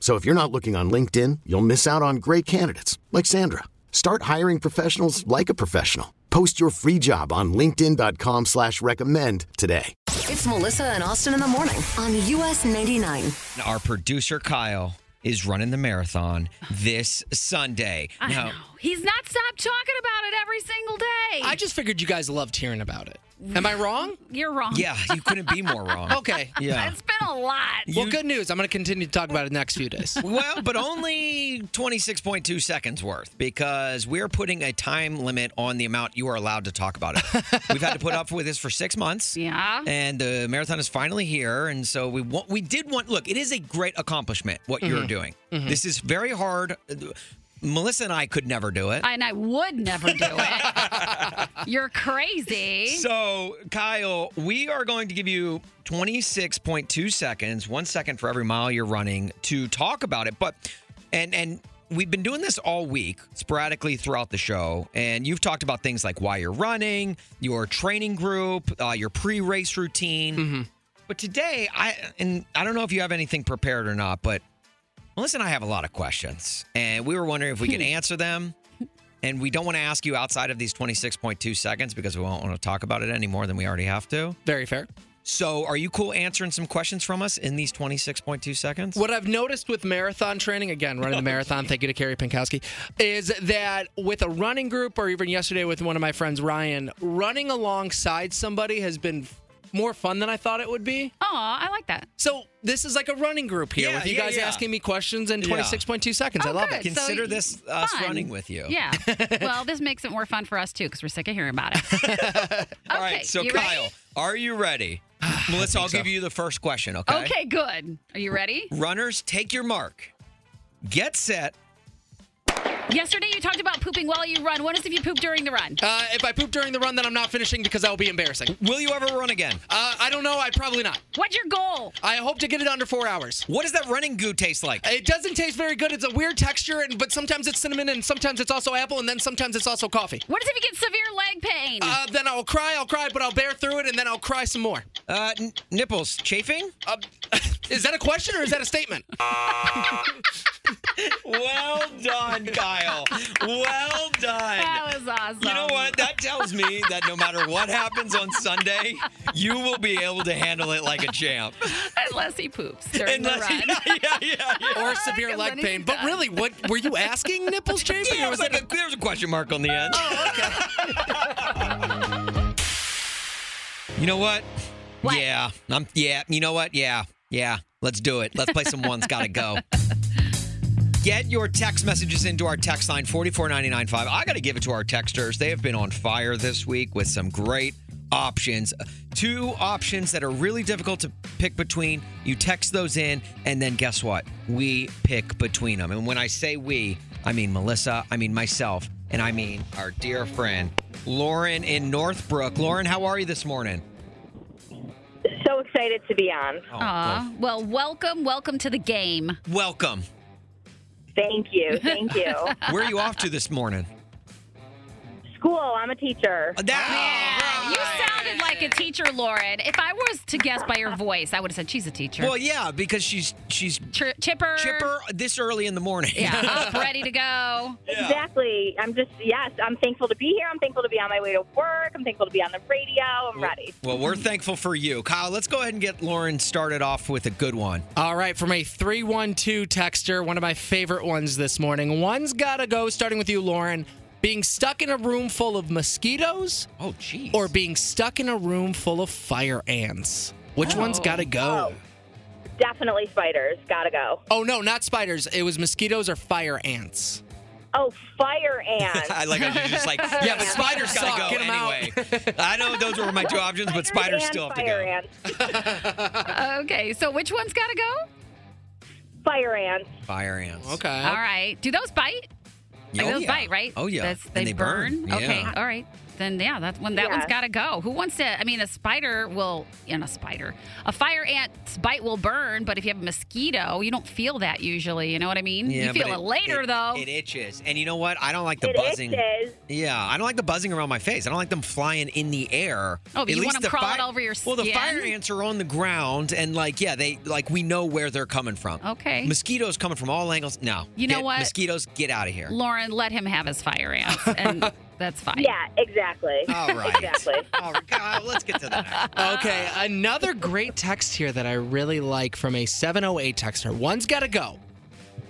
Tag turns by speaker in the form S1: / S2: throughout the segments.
S1: So if you're not looking on LinkedIn, you'll miss out on great candidates like Sandra. Start hiring professionals like a professional. Post your free job on linkedin.com/recommend slash recommend today.
S2: It's Melissa and Austin in the morning on US 99.
S3: Our producer Kyle is running the marathon this Sunday.
S4: I know. He's not stopped talking about it every single day.
S5: I just figured you guys loved hearing about it. Am I wrong?
S4: You're wrong.
S3: yeah, you couldn't be more wrong.
S5: Okay.
S3: Yeah.
S4: It's been a lot.
S5: Well, good news. I'm going to continue to talk about it next few days.
S3: Well, but only 26.2 seconds worth because we're putting a time limit on the amount you are allowed to talk about it. We've had to put up with this for six months.
S4: Yeah.
S3: And the marathon is finally here. And so we want, we did want, look, it is a great accomplishment what
S4: Mm-hmm.
S3: you're doing. This is very hard. Melissa and I could never do it.
S4: And I would never do it. You're crazy.
S3: So, Kyle, we are going to give you 26.2 seconds, one second for every mile you're running to talk about it. But, and, and, We've been doing this all week, sporadically throughout the show, and you've talked about things like why you're running, your training group, uh, your pre-race routine. But today, I and I don't know if you have anything prepared or not, but Melissa and I have a lot of questions, and we were wondering if we could answer them. And we don't want to ask you outside of these 26.2 seconds because we won't want to talk about it any more than we already have to.
S5: Very fair.
S3: So, are you cool answering some questions from us in these 26.2 seconds?
S5: What I've noticed with marathon training, again, running the marathon, thank you to Carrie Pinkowski, is that with a running group or even yesterday with one of my friends, Ryan, running alongside somebody has been more fun than I thought it would be.
S4: Aw, I like that.
S5: So this is like a running group here
S3: Yeah,
S5: with you
S3: yeah,
S5: guys
S3: yeah.
S5: asking me questions in
S3: Yeah. Oh,
S5: 26.2 seconds. I love
S4: good. So
S5: it.
S3: Consider
S4: you-
S3: this us
S4: fun.
S3: running with you.
S4: Yeah. well, this makes it more fun for us too because we're sick of hearing about it. okay.
S3: All right. So,
S4: you
S3: Kyle,
S4: ready?
S3: are you ready? Melissa, I'll give you the first question, okay?
S4: Okay, good. Are you ready?
S3: Runners, take your mark. Get set.
S4: Yesterday you talked about pooping while you run. What is if you poop during the run?
S5: Uh, if I poop during the run, then I'm not finishing because that will be embarrassing.
S3: Will you ever run again?
S5: Uh, I don't know. I probably not.
S4: What's your goal?
S5: I hope to get it under four hours.
S3: What does that running goo taste like?
S5: It doesn't taste very good. It's a weird texture, and but sometimes it's cinnamon, and sometimes it's also apple, and then sometimes it's also coffee.
S4: What is if you get severe leg pain?
S5: Uh, then I'll cry, I'll cry, but I'll bear through it, and then I'll cry some more.
S3: Uh, n- nipples chafing?
S5: Uh, is that a question or is that a statement?
S3: Well done, Kyle. Well done.
S4: that was awesome.
S3: You know what? That tells me that no matter what happens on Sunday, you will be able to handle it like a champ.
S4: Unless he poops during
S3: Unless-
S4: the run.
S3: yeah, yeah, yeah, yeah.
S5: Or severe
S4: Because
S5: leg
S4: then he's
S5: pain? But
S4: done.
S5: really, what were you asking? Nipples chafing?
S3: Yeah,
S5: or was that
S3: but the- there's a question mark on the end. Oh, okay. you know what?
S4: What?
S3: Yeah, I'm. Yeah, you know what? Yeah, yeah. Let's do it. Let's play some one's gotta go. Get your text messages into our text line 44995. I got to give it to our texters. They have been on fire this week with some great options. Two options that are really difficult to pick between. You text those in, and then guess what? We pick between them. And when I say we, I mean Melissa, I mean myself, and I mean our dear friend, Lauren in Northbrook. Lauren, how are you this morning?
S6: So excited to be on.
S3: Oh,
S4: Aw. Uh, Well, welcome, welcome to the game.
S3: well, welcome.
S6: Thank you. Thank you.
S3: Where are you off to this morning? Oh,
S6: School, I'm a teacher.
S3: That,
S4: You sounded like a teacher, Lauren. If I was to guess by your voice, I would have said she's a teacher.
S3: Well, yeah, because she's she's
S4: Tri- chipper.
S3: chipper this early in the morning.
S4: Yeah, up, ready to go.
S6: Exactly. I'm just, yes, I'm thankful to be here. I'm thankful to be on my way to work. I'm thankful to be on the radio. I'm ready.
S3: Well, we're thankful for you, Kyle. Let's go ahead and get Lauren started off with a good one.
S5: All right, from a 312 texter, one of my favorite ones this morning. One's got to go, starting with you, Lauren. Being stuck in a room full of mosquitoes
S3: Oh, jeez.
S5: or being stuck in a room full of fire ants? Which
S3: Oh.
S5: one's got to go?
S6: Oh, Definitely spiders. Gotta go.
S5: Oh, no, not spiders. It was mosquitoes or fire ants.
S6: Oh, fire ants.
S3: I like how you're just like, yeah, but spiders
S5: Suck,
S3: gotta go
S5: get 'em out.
S3: anyway. I know those were my two options, but
S6: Spiders
S3: spiders
S6: and
S3: still have to
S6: fire
S3: go.
S6: Ants.
S4: Okay, so which one's got to go?
S6: Fire ants.
S3: Fire ants.
S5: Okay.
S4: All right. Do those bite? Like,
S3: Oh,
S4: those
S3: yeah.
S4: bite, right?
S3: Oh yeah.
S4: That's,
S3: And
S4: they, burn. Okay.
S3: Yeah.
S4: All right. Then yeah, that one that one's
S6: Yeah.
S4: got to go. Who wants to? I mean, a spider will. And a spider, a fire ant's bite will burn. But if you have a mosquito, you don't feel that usually. You know what I mean?
S3: Yeah,
S4: you
S3: but
S4: feel it, later
S3: it-
S4: though.
S3: It itches, and you know what? I don't like the
S6: it
S3: buzzing.
S6: itches.
S3: Yeah, I don't like the buzzing around my face. I don't like them flying in the air.
S4: Oh, but
S3: At
S4: you want
S3: least
S4: them
S3: the
S4: crawling
S3: fi-
S4: over your
S3: Well, the
S4: skin?
S3: fire ants are on the ground, and like, yeah, they like we know where they're coming from.
S4: Okay.
S3: Mosquitoes coming from all angles. No.
S4: You know
S3: Get-
S4: what?
S3: Mosquitoes, get out of here.
S4: Lauren, let him have his fire ants, and that's fine.
S6: Yeah, exactly.
S3: All right.
S6: Exactly.
S3: All right, Kyle, Oh, let's get to that.
S5: Okay, another great text here that I really like from a 708 texter. One's got to go.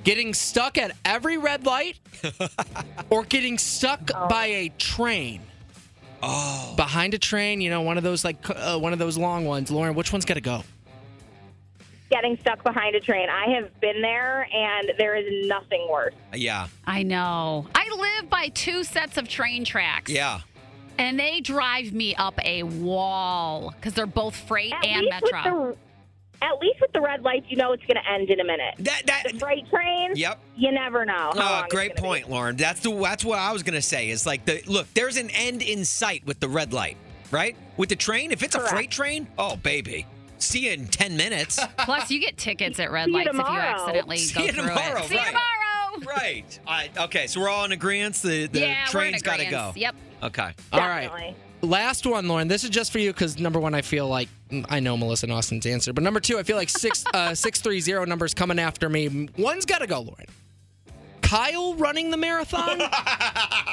S5: Getting stuck at every red light or getting stuck by a train.
S3: Oh,
S5: Behind a train, you know, one of those like uh, one of those long ones. Lauren, which one's got to go?
S6: Getting stuck behind a train. I have been there, and there is nothing worse.
S3: yeah,
S4: I know. I live by two sets of train tracks.
S3: yeah.
S4: And they drive me up a wall because they're both freight
S6: At
S4: and
S6: least
S4: metro.
S6: With the, at least with the red lights, you know it's going to end in a minute.
S3: That that.
S6: The freight train.
S3: Yep.
S6: You never know. how long
S3: Oh,
S6: it's
S3: great
S6: gonna be.
S3: point, Lauren. That's the that's what I was gonna say. Is like the look. There's an end in sight with the red light, right? With the train, if it's a
S6: Correct.
S3: freight train, oh baby, see you in ten minutes.
S4: Plus, you get tickets at red
S6: See you
S4: lights if you
S6: tomorrow.
S4: accidentally
S3: See
S4: go
S3: you
S4: through
S3: tomorrow,
S4: it. See
S3: right.
S4: you tomorrow.
S3: right. I, okay, so we're all in agreement. The the
S4: yeah,
S3: train's
S4: got to
S3: go.
S4: Yep.
S3: Okay.
S5: All right.
S6: Definitely.
S5: Last one, Lauren. This is just for you because number one, I feel like mm, I know Melissa and Austin's answer, but number two, I feel like six uh, six three zero numbers coming after me. One's got to go, Lauren. Kyle running the marathon,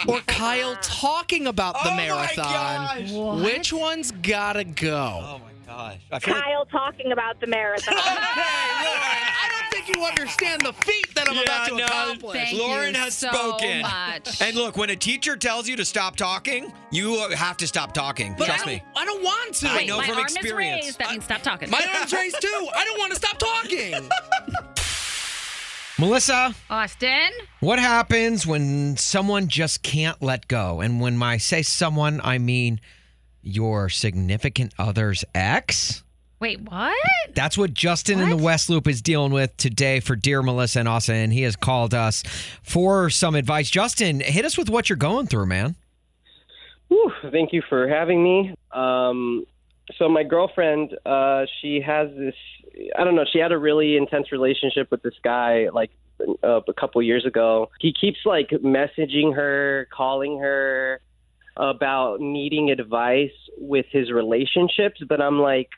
S5: or Kyle talking about the
S3: oh
S5: marathon.
S3: My gosh.
S5: Which one's got to go?
S3: Oh my gosh. I feel like,
S6: Kyle talking about the marathon.
S5: I don't think you understand the feat that I'm
S3: Yeah,
S5: about to
S3: no.
S5: accomplish.
S4: Thank
S3: Lauren
S4: you
S3: has
S4: so
S3: spoken.
S4: Much.
S3: and look, when a teacher tells you to stop talking, you uh, have to stop talking.
S5: But
S3: Trust
S5: I, don't,
S3: me.
S5: I don't want to.
S3: I
S4: Wait,
S3: know
S4: my
S3: from
S4: arm
S3: experience.
S4: is raised. That means stop talking.
S5: My arms raised too. I don't want to stop talking.
S3: Melissa,
S4: Austin,
S3: what happens when someone just can't let go? And when I say someone, I mean your significant other's ex?
S4: wait, what?
S3: That's what Justin in the West Loop is dealing with today for dear Melissa and Austin. And he has called us for some advice. Justin, hit us with what you're going through, man.
S7: Whew, thank you for having me. Um, so my girlfriend, uh, she has this. I don't know. She had a really intense relationship with this guy, like uh, a couple years ago. He keeps like messaging her, calling her about needing advice with his relationships, but I'm like,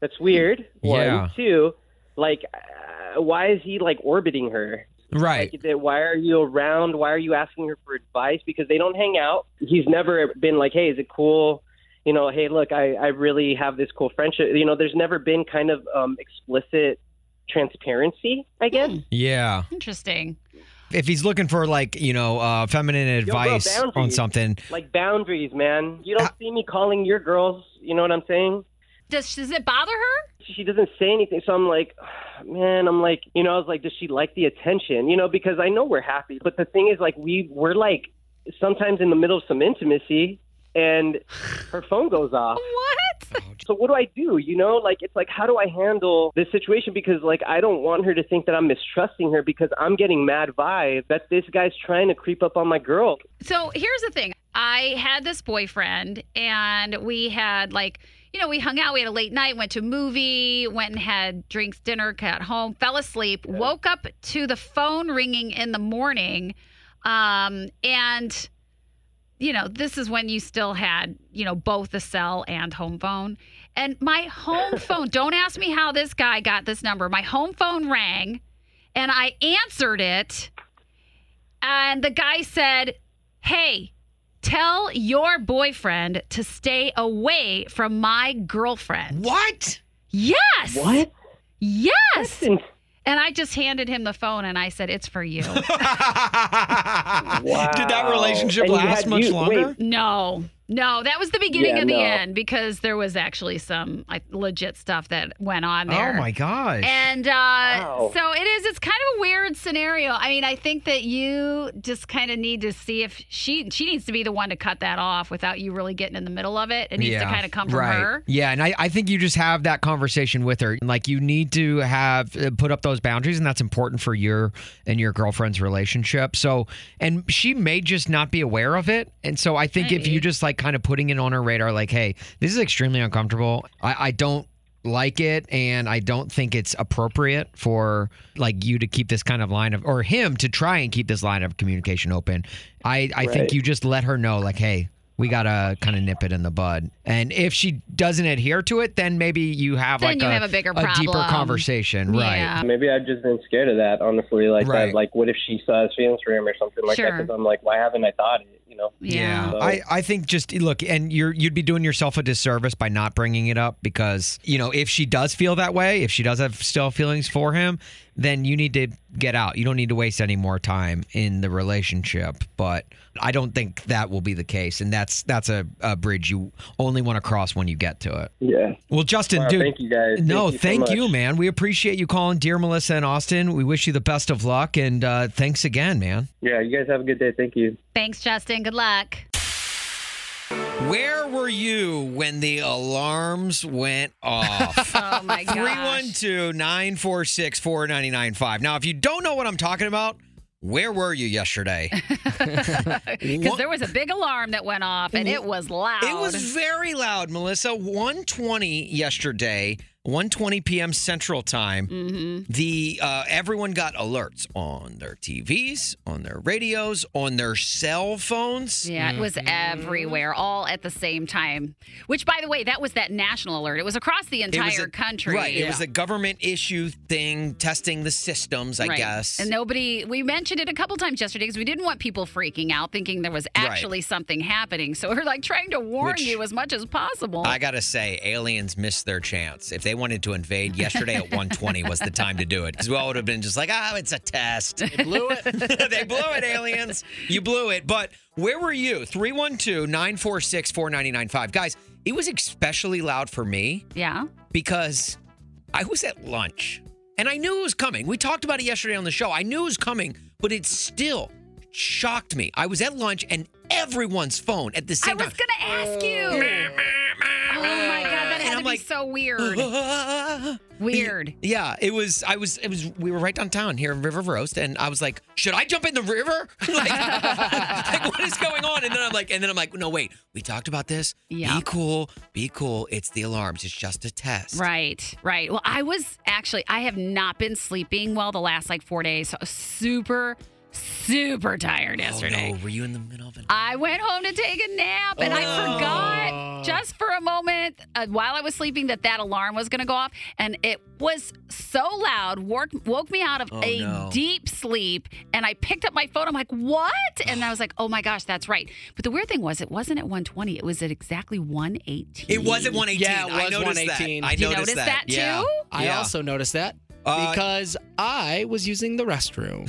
S7: that's weird. One,
S3: Yeah.
S7: two, like, uh, why is he like orbiting her?
S3: Right.
S7: Like, that why are you around? Why are you asking her for advice? Because they don't hang out. He's never been like, hey, is it cool? You know, hey, look, I, I really have this cool friendship. You know, there's never been kind of um, explicit transparency, I guess.
S3: Yeah.
S4: Interesting.
S3: If he's looking for like, you know, uh, feminine
S7: bro,
S3: advice on
S7: boundaries.
S3: something,
S7: Like boundaries, man. You don't see me calling your girls. You know what I'm saying?
S4: Does does it bother her?
S7: She doesn't say anything. So I'm like, man, I'm like, you know, I was like, does she like the attention? You know, because I know we're happy. But the thing is, like, we, we're like sometimes in the middle of some intimacy and her phone goes off.
S4: What?
S7: So what do I do? You know, like it's like how do I handle this situation because like I don't want her to think that I'm mistrusting her because I'm getting mad vibe that this guy's trying to creep up on my girl.
S4: So here's the thing. I had this boyfriend, and we had like, you know, we hung out. We had a late night, went to a movie, went and had drinks, dinner, got home, fell asleep, woke up to the phone ringing in the morning, um, and you know, this is when you still had, you know, both the cell and home phone. And my home phone, don't ask me how this guy got this number. My home phone rang and I answered it. And the guy said, Hey, tell your boyfriend to stay away from my girlfriend.
S3: What?
S4: Yes.
S7: What?
S4: Yes. And I just handed him the phone and I said, It's for you.
S3: Did that relationship
S7: And you
S3: last
S7: had-
S3: much
S7: you-
S3: longer?
S7: wait.
S4: No, no, that was the beginning
S7: Yeah,
S4: of the
S7: no.
S4: end because there was actually some like, legit stuff that went on there.
S3: Oh my gosh.
S4: And uh,
S7: Wow.
S4: so it is. It's kind of a weird scenario. I mean, I think that you just kind of need to see if she she needs to be the one to cut that off without you really getting in the middle of it. It needs to kind of come from
S3: right.
S4: her.
S3: Yeah, and I, I think you just have that conversation with her. Like you need to have uh, put up those boundaries, and that's important for your and your girlfriend's relationship. So, and she may just not be aware of it, and so I think if
S4: Maybe.
S3: you just like kind of putting it on her radar, like, hey, this is extremely uncomfortable. I, I don't like it and i don't think it's appropriate for like you to keep this kind of line of or him to try and keep this line of communication open i i think
S7: Right.
S3: you just let her know like hey we gotta kind of nip it in the bud and if she doesn't adhere to it then maybe you have
S4: Then
S3: like
S4: you
S3: a,
S4: have a bigger problem.
S3: deeper conversation
S4: Yeah.
S3: right
S7: Maybe I've just been scared of that, honestly. Like, that-
S3: Right.
S7: like what if she saw his feelings for him or something like
S4: Sure.
S7: that? Because I'm like, why haven't I thought it? You know?
S4: Yeah.
S7: So-
S3: I, I think just look and you're you'd be doing yourself a disservice by not bringing it up because you know if she does feel that way if she does have still feelings for him then you need to get out you don't need to waste any more time in the relationship but I don't think that will be the case and that's that's a, a bridge you only want to cross when you get to it
S7: Yeah.
S3: well Justin
S7: Wow,
S3: dude
S7: thank you guys.
S3: No,
S7: so
S3: thank
S7: much.
S3: you, man. We appreciate you calling, dear Melissa and Austin. We wish you the best of luck, and uh, thanks again, man.
S7: Yeah, you guys have a good day. Thank you.
S4: Thanks, Justin. Good luck.
S3: Where were you when the alarms went off?
S4: Oh my gosh.
S3: 312 946 4995. Now, if you don't know what I'm talking about, where were you yesterday?
S4: Because there was a big alarm that went off and it was loud.
S3: It was very loud, Melissa. 120 yesterday, 120 p.m. Central Time.
S4: Mm-hmm.
S3: The uh, everyone got alerts on their TVs, on their radios, on their cell phones.
S4: Yeah, it
S3: Mm-hmm.
S4: was everywhere, all at the same time. Which, by the way, that was that national alert. It was across the
S3: It
S4: entire
S3: was a-
S4: country.
S3: Right. It was a government issue thing, testing the systems, I
S4: Right.
S3: guess.
S4: And nobody, we mentioned it a couple times yesterday because we didn't want people freaking out thinking there was
S3: Right.
S4: actually something happening. So we're like trying to warn
S3: Which-
S4: you as much as possible.
S3: I gotta say, aliens missed their chance. If they wanted to invade, yesterday at 1:20 was the time to do it because we all would have been just like, "Oh, it's a test." They blew it. they blew it, aliens. You blew it. But where were you? 312-946-4995. Guys, it was especially loud for me
S4: yeah.
S3: because I was at lunch and I knew it was coming. We talked about it yesterday on the show. I knew it was coming, but it still shocked me. I was at lunch and everyone's phone at the
S4: I
S3: same
S4: was going
S3: time.
S4: to ask you. oh my God, that
S3: And
S4: had
S3: I'm
S4: to
S3: like,
S4: be so weird. Weird.
S3: Yeah, it was. I was. It was. We were right downtown here in River Roast, and I was like, "Should I jump in the river? like, like, what is going on?" And then I'm like, and then I'm like, "No, wait. We talked about this.
S4: Yeah.
S3: Be cool. Be cool. It's the alarms. It's just a test.
S4: Right, right. Well, I was actually, I have not been sleeping well the last like four days. So I was super, super tired yesterday.
S3: Oh no, were you in the middle of an?
S4: I went home to take a nap and I
S3: Oh.
S4: forgot just for a moment uh, while I was sleeping that that alarm was going to go off. And it was so loud, woke, woke me out of
S3: Oh,
S4: a
S3: no.
S4: deep sleep. And I picked up my phone. I'm like, what? And I was like, oh my gosh, that's right. But the weird thing was, it wasn't at 120. It was at exactly 118.
S3: It was at 118.
S5: Yeah, it
S3: I
S5: was
S3: noticed
S5: 118.
S3: that. I
S5: Did
S4: you
S3: noticed
S4: notice that too?
S3: Yeah.
S5: I
S3: Yeah.
S5: also noticed that
S3: Uh,
S5: because I was using the restroom.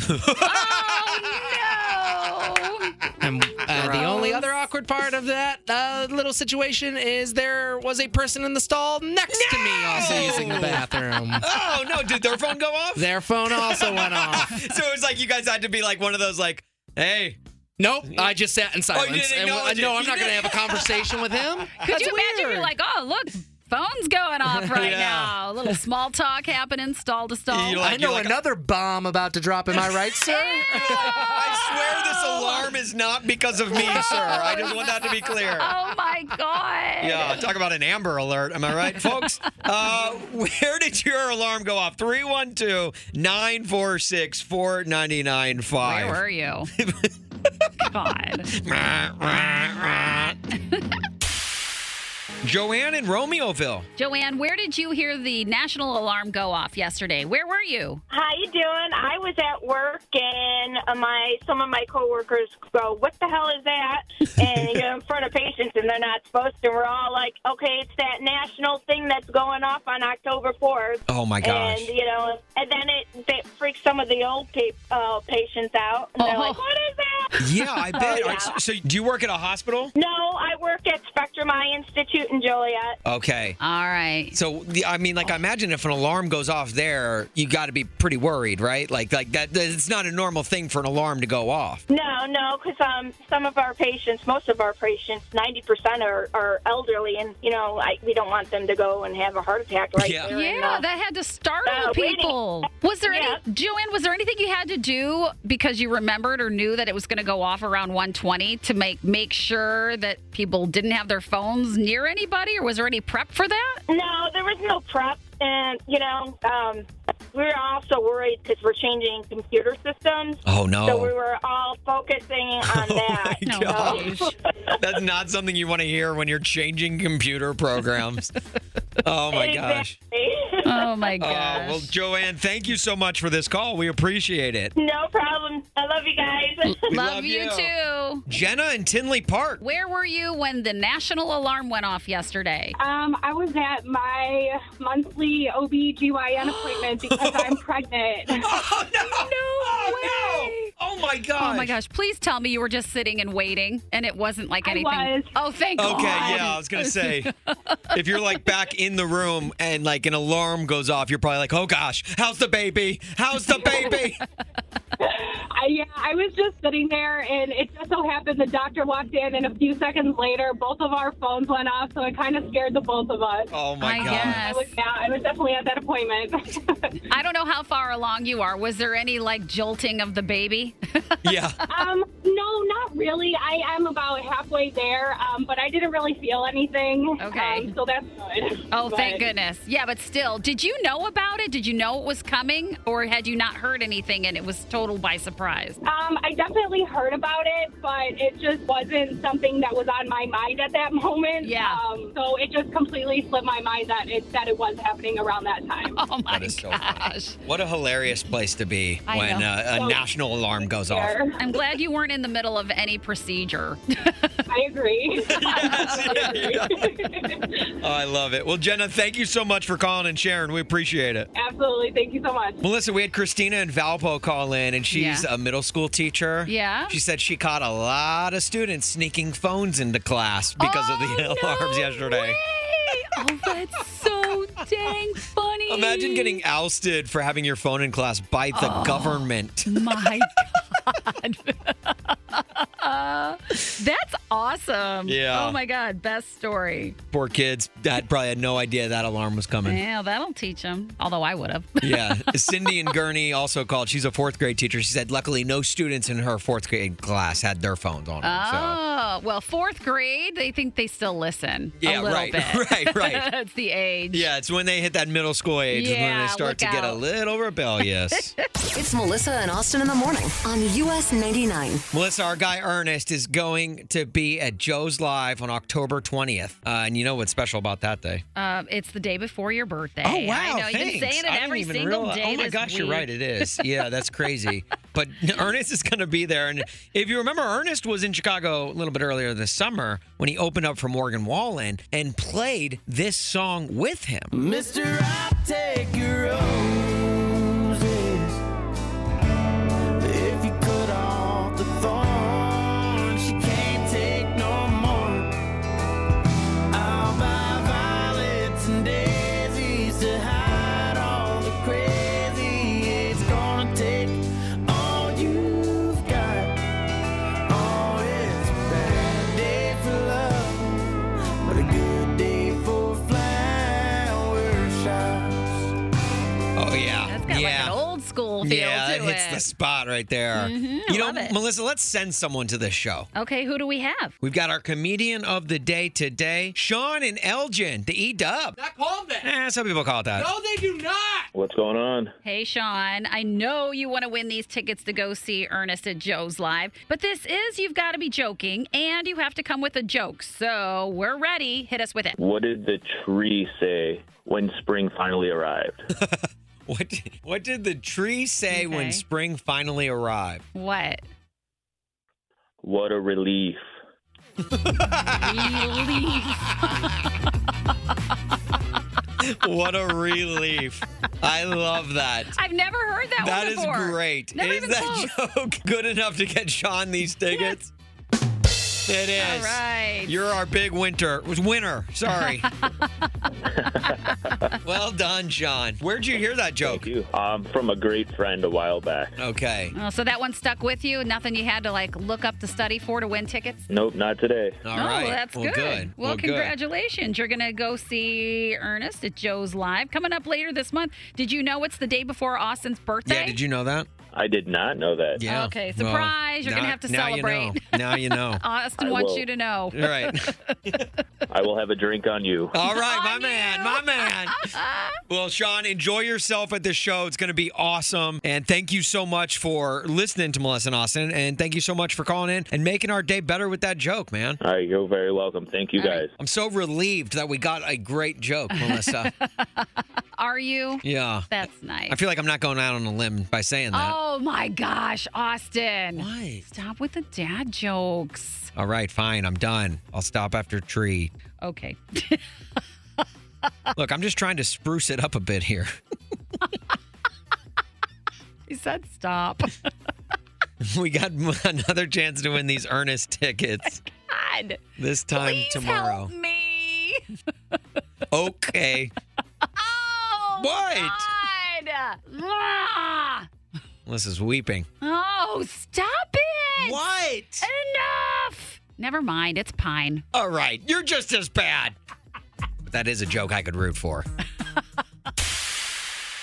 S4: Oh, no.
S5: And uh, the only
S4: Gross.
S5: other awkward part of that uh, little situation is there was a person in the stall next to me also
S3: No!
S5: using the bathroom.
S3: Oh no! Did their phone go off?
S5: Their phone also went off.
S3: so it was like you guys had to be like one of those like, "Hey,
S5: Nope, I just sat in silence.
S3: Oh, didn't
S5: and,
S3: acknowledge
S5: uh, no,
S3: it.
S5: I'm not
S3: You
S5: going to
S3: didn't-
S5: have a conversation with him.
S4: Could you imagine? You're like, oh, look, phone's going off right now. A little small talk happening, stall to stall.
S3: You're
S5: I
S3: like-
S5: know
S3: like-
S5: another bomb about to drop. Am I right, sir?
S4: Oh.
S3: I swear this alarm is not because of me, sir. I just want that to be clear."
S4: oh my god.
S3: Yeah, talk about an Amber Alert. Am I right, folks? Uh, where did your alarm go off? 312 946
S4: Where
S3: 4995.
S4: were you? God.
S3: Joanne in Romeoville.
S4: Joanne, where did you hear the national alarm go off yesterday? Where were you?
S6: How you doing? I was at work and uh, my some of my coworkers go, "What the hell is that?" And you know, in front of patients, and they're not supposed to. We're all like, "Okay, it's that national thing that's going off on October fourth.
S3: Oh my gosh.
S6: And you know, and then it, it freaks some of the old pe- uh, patients out. And they're
S3: Oh.
S6: like, "What is that?"
S3: Yeah, I bet.
S6: Oh, yeah.
S3: So- So, do you work at a hospital?
S6: No, I work at Spectrum Eye Institute in Joliet.
S3: Okay.
S4: All right.
S3: So, the- I mean, like, I imagine if an alarm goes off there, you got to be pretty worried, right? Like, like that. that- It's not a normal thing for an alarm to go off.
S6: No, no, because um, some of our patients, most of our patients, ninety percent are, are elderly, and you know, I, we don't want them to go and have a heart attack right
S3: Yeah.
S6: there. uh, in
S4: Yeah,
S6: the-
S4: that had to startle
S6: uh, waiting.
S4: people. Was there
S6: Yeah.
S4: any Joanne, was there anything you had to do because you remembered or knew that it was going to go off around 120 to make make sure that people didn't have their phones near anybody or was there any prep for that?
S6: No, there was no prep, and you know, um, we were also worried because we're changing computer systems.
S3: Oh, no. Oh,
S6: So we were all focusing on that.
S3: my
S6: So-
S3: That's not something you want to hear when you're changing computer programs. Oh my gosh.
S6: Exactly.
S4: Oh my
S3: Oh,
S4: gosh.
S3: well, Joanne, thank you so much for this call. We appreciate it.
S6: no problem. I love you guys.
S3: We
S4: love, you too.
S3: Jenna in Tinley Park.
S4: Where were you when the national alarm went off yesterday?
S8: Um, I was at my monthly OBGYN appointment because I'm pregnant.
S3: Oh no! No oh, No. oh my gosh.
S4: Oh my gosh, please tell me you were just sitting and waiting and it wasn't like
S8: I
S4: anything.
S8: was.
S4: Oh, thank
S3: Okay,
S4: God.
S3: yeah, I was gonna say, if you're like back in the room and like an alarm goes off, you're probably like, "Oh gosh, how's the baby? How's the baby?"
S8: I, yeah, I was just sitting there, and it just so happened the doctor walked in, and a few seconds later, both of our phones went off, so it kind of scared the both of us.
S3: Oh
S4: I
S3: my gosh.
S4: guess.
S8: I was, yeah, I was definitely at that appointment.
S4: I don't know how far along you are. Was there any like jolting of the baby?
S3: Yeah.
S8: Um, no, not really. I am about halfway there, um, but I didn't really feel anything.
S4: Okay.
S8: Um, so that's good.
S4: Oh, thank
S8: But-
S4: goodness. Yeah, but still, did you know about it? Did you know it was coming? Or had you not heard anything and it was total by surprise?
S8: Um, I definitely heard about it, but it just wasn't something that was on my mind at that moment.
S4: Yeah.
S8: Um, so it just completely slipped my mind that it that it was happening around that time.
S4: Oh my
S3: is so funny.
S4: gosh.
S3: What a hilarious place to be
S4: I
S3: when
S4: know.
S3: uh, a
S8: So-
S3: national alarm goes off.
S8: There.
S4: I'm glad you weren't in the middle of any procedure.
S8: I agree.
S3: Oh, I love it. Well, Jenna, thank you so much for calling and sharing. We appreciate it.
S8: Absolutely. Thank you so much.
S3: Melissa, we had Christina and Valpo call in, and she's
S4: Yeah.
S3: a middle school teacher.
S4: Yeah.
S3: She said she caught a lot of students sneaking phones into class because of the
S4: Oh,
S3: alarms
S4: no
S3: yesterday.
S4: way. Oh, that's so dang funny.
S3: Imagine getting ousted for having your phone in class by the
S4: Oh.
S3: government.
S4: My God. that's awesome.
S3: Yeah.
S4: Oh my God. Best story.
S3: Poor kids that probably had no idea that alarm was coming.
S4: Yeah, that'll teach them. Although I would have.
S3: Yeah. Cindy and Gurney also called. She's a fourth grade teacher. She said, luckily, no students in her fourth grade class had their phones on. them, so.
S4: Oh, well, fourth grade, they think they still listen. a
S3: Yeah,
S4: little
S3: right,
S4: bit.
S3: right, right.
S4: it's the age.
S3: Yeah, it's when they hit that middle school age is when
S4: Yeah,
S3: they start
S4: look
S3: to get a
S4: out.
S3: little rebellious.
S2: It's Melissa and Austin in the morning on US 99.
S3: Melissa, our guy Ernest is going to be at Joe's Live on October 20th. Uh, and you know what's special about that day?
S4: Uh, it's the day before your birthday.
S3: Oh, wow.
S4: I know. You've been
S3: thanks.
S4: saying
S3: I
S4: it
S3: didn't
S4: every
S3: even
S4: single
S3: realize-
S4: day.
S3: Oh, my
S4: this
S3: gosh, you're
S4: week.
S3: right. It is. Yeah, that's crazy. but Ernest is going to be there. And if you remember, Ernest was in Chicago a little bit earlier this summer when he opened up for Morgan Wallen and played this song with him.
S9: Mr. I take your roses. If you cut off the thorn, she can't take no more. I'll buy violets and daisies to hide all the crazy. It's gonna take all you've got. Oh, it's a bad day for love. But a good day for flowers.
S3: Oh,
S4: feel
S3: yeah,
S4: to
S3: it hits the spot right there.
S4: Mhm, I
S3: you know,
S4: love it.
S3: Melissa, let's send someone to this show.
S4: Okay, who do we have?
S3: We've got our comedian of the day today, Sean and Elgin, the E Dub.
S5: Not called that.
S3: Eh, some people call it that.
S5: No, they do not.
S10: What's going on?
S4: Hey, Sean, I know you want to win these tickets to go see Ernest at Joe's Live, but this is You've Got to Be Joking, and you have to come with a joke. So we're ready. Hit us with it.
S10: What did the tree say when spring finally arrived?
S3: What did, what did the tree
S4: Okay.
S3: say when spring finally arrived?
S4: What?
S10: What a relief.
S3: what a relief. I love that.
S4: I've never heard that,
S3: That
S4: one
S3: is
S4: before.
S3: great.
S4: Never
S3: is
S4: even
S3: that joke good enough to get Sean these tickets? It is.
S4: All right.
S3: You're our big winter. It was winner. Sorry. well done, Sean. Where'd you hear that joke?
S10: Thank you. Um, from a great friend a while back.
S3: Okay.
S4: Oh, so that one stuck with you? Nothing you had to like look up to study for to win tickets?
S10: Nope, not today.
S3: All
S4: oh,
S3: right.
S4: that's
S3: Well,
S4: good.
S3: good.
S4: Well,
S3: Well, good.
S4: congratulations. You're going to go see Ernest at Joe's Live coming up later this month. Did you know it's the day before Austin's birthday?
S3: Yeah, did you know that?
S10: I did not know that.
S3: Yeah.
S4: Okay,
S3: Well,
S4: surprise. You're going
S3: now-
S4: to have to
S3: now
S4: celebrate.
S3: You know. Now you know.
S4: Austin
S10: I
S4: wants
S10: will.
S4: you to know.
S3: All right.
S10: I will have a drink on you.
S3: All right, my man, my man. Well, Sean, enjoy yourself at this show. It's going to be awesome. And thank you so much for listening to Melissa and Austin. And thank you so much for calling in and making our day better with that joke, man.
S10: All right, you're very welcome. Thank you guys.
S3: I'm so relieved that we got a great joke, Melissa.
S4: Are you?
S3: yeah.
S4: That's nice.
S3: I feel like I'm not going out on a limb by saying that.
S4: Oh my gosh, Austin.
S3: Why?
S4: Stop with the dad jokes.
S3: All right, fine. I'm done. I'll stop after tree.
S4: Okay.
S3: Look, I'm just trying to spruce it up a bit here.
S4: He said stop.
S3: we got another chance to win these earnest tickets
S4: God.
S3: this time
S4: Please
S3: tomorrow.
S4: help me.
S3: Okay.
S4: Oh,
S3: What?
S4: God. Ah.
S3: Melissa's weeping.
S4: Oh, stop it.
S3: What?
S4: Enough. Never mind. It's pine.
S3: All right, you're just as bad. But that is a joke I could root for.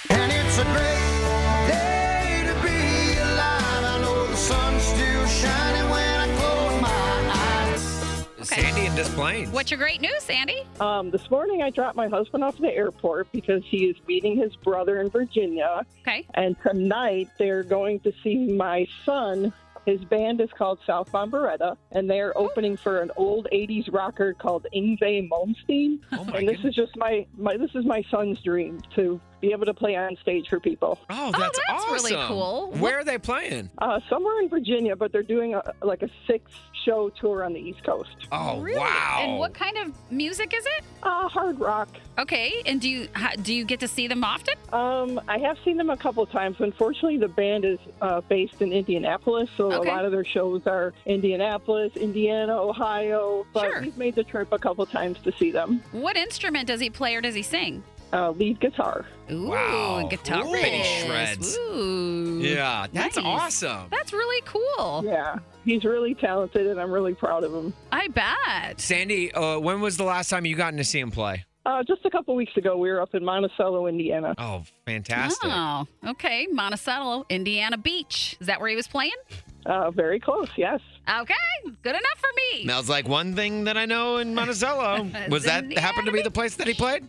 S9: And it's a great day to be alive. I know the sun's still shining when I close my eyes.
S3: Sandy and Displain.
S4: What's your great news, Sandy?
S11: Um, this morning, I dropped my husband off at the airport because he is meeting his brother in Virginia.
S4: Okay.
S11: And tonight, they're going to see my son. His band is called Southbound Beretta, and they're opening for an old '80s rocker called Ingve Malmsteen.
S3: Oh my
S11: and this is just my, my this is my son's dream to be able to play on stage for people.
S3: Oh, that's,
S4: that's really
S3: awesome.
S4: cool.
S3: Where are they playing?
S11: Uh, somewhere in Virginia, but they're doing a, like a six-show tour on the East Coast.
S3: Oh,
S4: Really?
S3: wow.
S4: And what kind of music is it?
S11: Uh, hard rock.
S4: Okay. And do you how, do you get to see them often?
S11: Um, I have seen them a couple times. Unfortunately, the band is uh, based in Indianapolis, so
S4: Okay.
S11: a lot of their shows are Indianapolis, Indiana, Ohio. But
S4: Sure.
S11: we've made the trip a couple times to see them.
S4: What instrument does he play or does he sing?
S11: Uh, lead guitar.
S4: Ooh,
S3: Wow.
S4: guitar
S3: Ooh, pretty shreds.
S4: Ooh.
S3: Yeah, that's
S4: Nice.
S3: awesome.
S4: That's really cool.
S11: Yeah, he's really talented, and I'm really proud of him.
S4: I bet.
S3: Sandy, uh, when was the last time you gotten to see him play?
S11: Uh, just a couple weeks ago, we were up in Monticello, Indiana.
S3: Oh, fantastic.
S4: Oh, okay. Monticello, Indiana Beach. Is that where he was playing?
S11: Uh, very close, yes.
S4: Okay, good enough for me.
S3: Smells like one thing that I know in Monticello.
S4: It's
S3: was that
S4: Indiana
S3: happened to be the place that he played?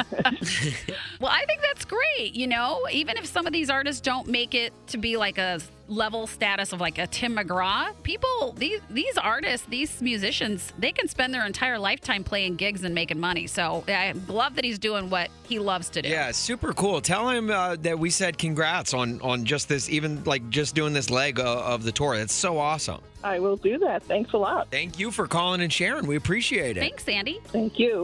S4: Well, I think that's great. You know, even if some of these artists don't make it to be like a level status of like a Tim McGraw, people these these artists, these musicians, they can spend their entire lifetime playing gigs and making money. So I love that he's doing what he loves to do.
S3: Yeah, super cool. Tell him uh, that we said congrats on on just this, even like just doing this leg uh, of the tour. That's so awesome.
S11: I will do that. Thanks a lot.
S3: Thank you for calling and sharing. We appreciate it.
S4: Thanks, Andy.
S11: Thank you.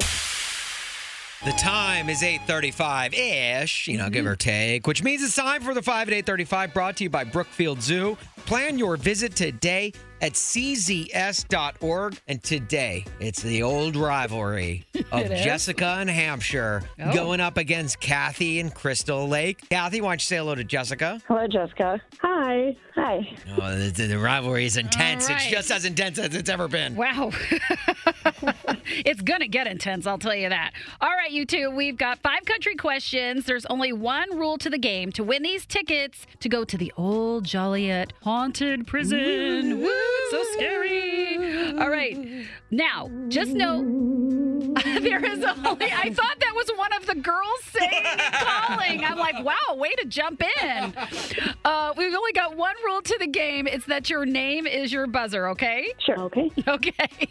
S3: The time is 8.35-ish, you know, give or
S4: Mm-hmm.
S3: take, which means it's time for the 5 at 8.35 brought to you by Brookfield Zoo. Plan your visit today at czs.org. And today, it's the old rivalry of
S4: It is.
S3: Jessica and Hampshire
S4: Oh.
S3: going up against Kathy and Crystal Lake. Kathy, why don't you say hello to Jessica?
S12: Hello, Jessica. Hi. Hi.
S3: Oh, the, the rivalry is intense. It's
S4: right.
S3: just as intense as it's ever been.
S4: Wow. it's going to get intense, I'll tell you that. All right, you two, we've got five country questions. There's only one rule to the game to win these tickets to go to the old Joliet haunted prison. Woo, it's so scary. All right, now just know there is only, I thought that was one of the girls saying and calling. I'm like, wow, way to jump in. Uh, we've only got one rule to the game it's that your name is your buzzer, okay?
S12: Sure. Okay.
S4: Okay.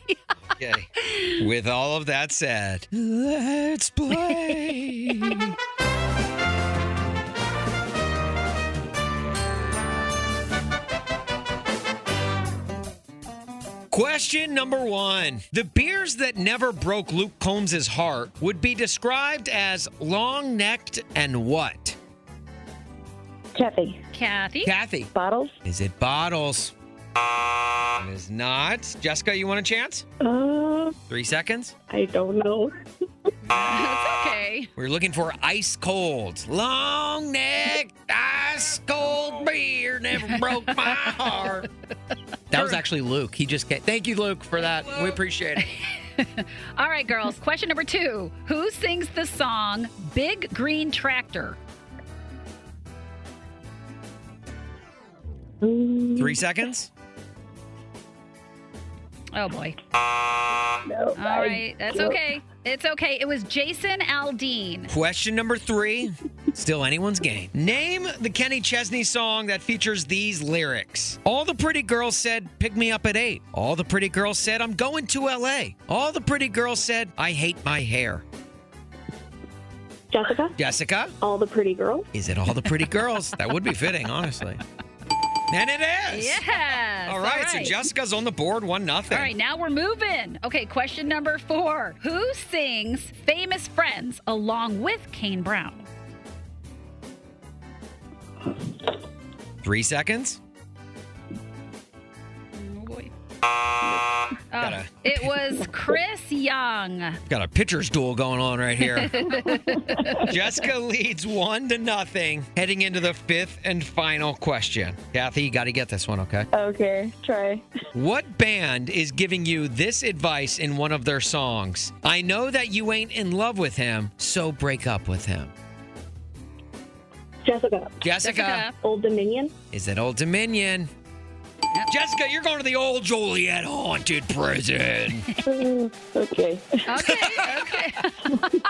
S3: Okay. With all of that said, Let's play. Question number one. The beers that never broke Luke Combs' heart would be described as long necked and what?
S12: Kathy.
S4: Kathy.
S3: Kathy.
S12: Bottles.
S3: Is it bottles? It is not. Jessica, you want a chance?
S12: Uh,
S3: Three seconds.
S12: I don't know.
S4: okay.
S3: We're looking for ice cold, long neck, ice cold beer. Never broke my heart.
S13: That was actually Luke. He just came. Thank you, Luke, for that. We appreciate it.
S4: All right, girls. Question number two Who sings the song Big Green Tractor?
S3: Three seconds.
S4: Oh, boy.
S12: No.
S4: All right. That's okay. It's okay. It was Jason Aldean.
S3: Question number three. Still anyone's game. Name the Kenny Chesney song that features these lyrics. All the pretty girls said, pick me up at eight. All the pretty girls said, I'm going to LA. All the pretty girls said, I hate my hair.
S12: Jessica.
S3: Jessica?
S12: All the pretty girls.
S3: Is it all the pretty girls? That would be fitting, honestly. And it is.
S4: Yes.
S3: All right, so Jessica's on the board, one nothing.
S4: All right, now we're moving. Okay, question number four. Who sings Famous Friends along with Kane Brown?
S3: Three seconds.
S4: Oh, boy.
S3: Gotta-
S4: Oh, it was Chris Young.
S3: Got a pitcher's duel going on right here. Jessica leads one to nothing, heading into the fifth and final question. Kathy, you got to get this one, okay?
S12: Okay. Try.
S3: What band is giving you this advice in one of their songs? I know that you ain't in love with him, so break up with him.
S12: Jessica.
S3: Jessica. Jessica.
S12: Old Dominion.
S3: Is it Old Dominion? Jessica, you're going to the old Joliet haunted prison.
S12: okay.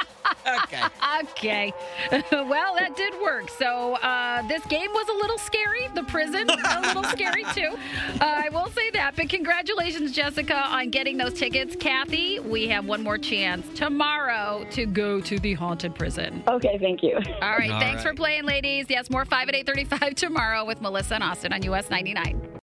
S4: Okay. well, that did work. So uh, this game was a little scary. The prison, a little scary too. Uh, I will say that. But congratulations, Jessica, on getting those tickets. Kathy, we have one more chance tomorrow to go to the haunted prison.
S12: Okay. Thank you.
S4: All right.
S12: All
S4: thanks
S12: right.
S4: for playing, ladies. Yes, more 5 at 835 tomorrow with Melissa and Austin on US 99.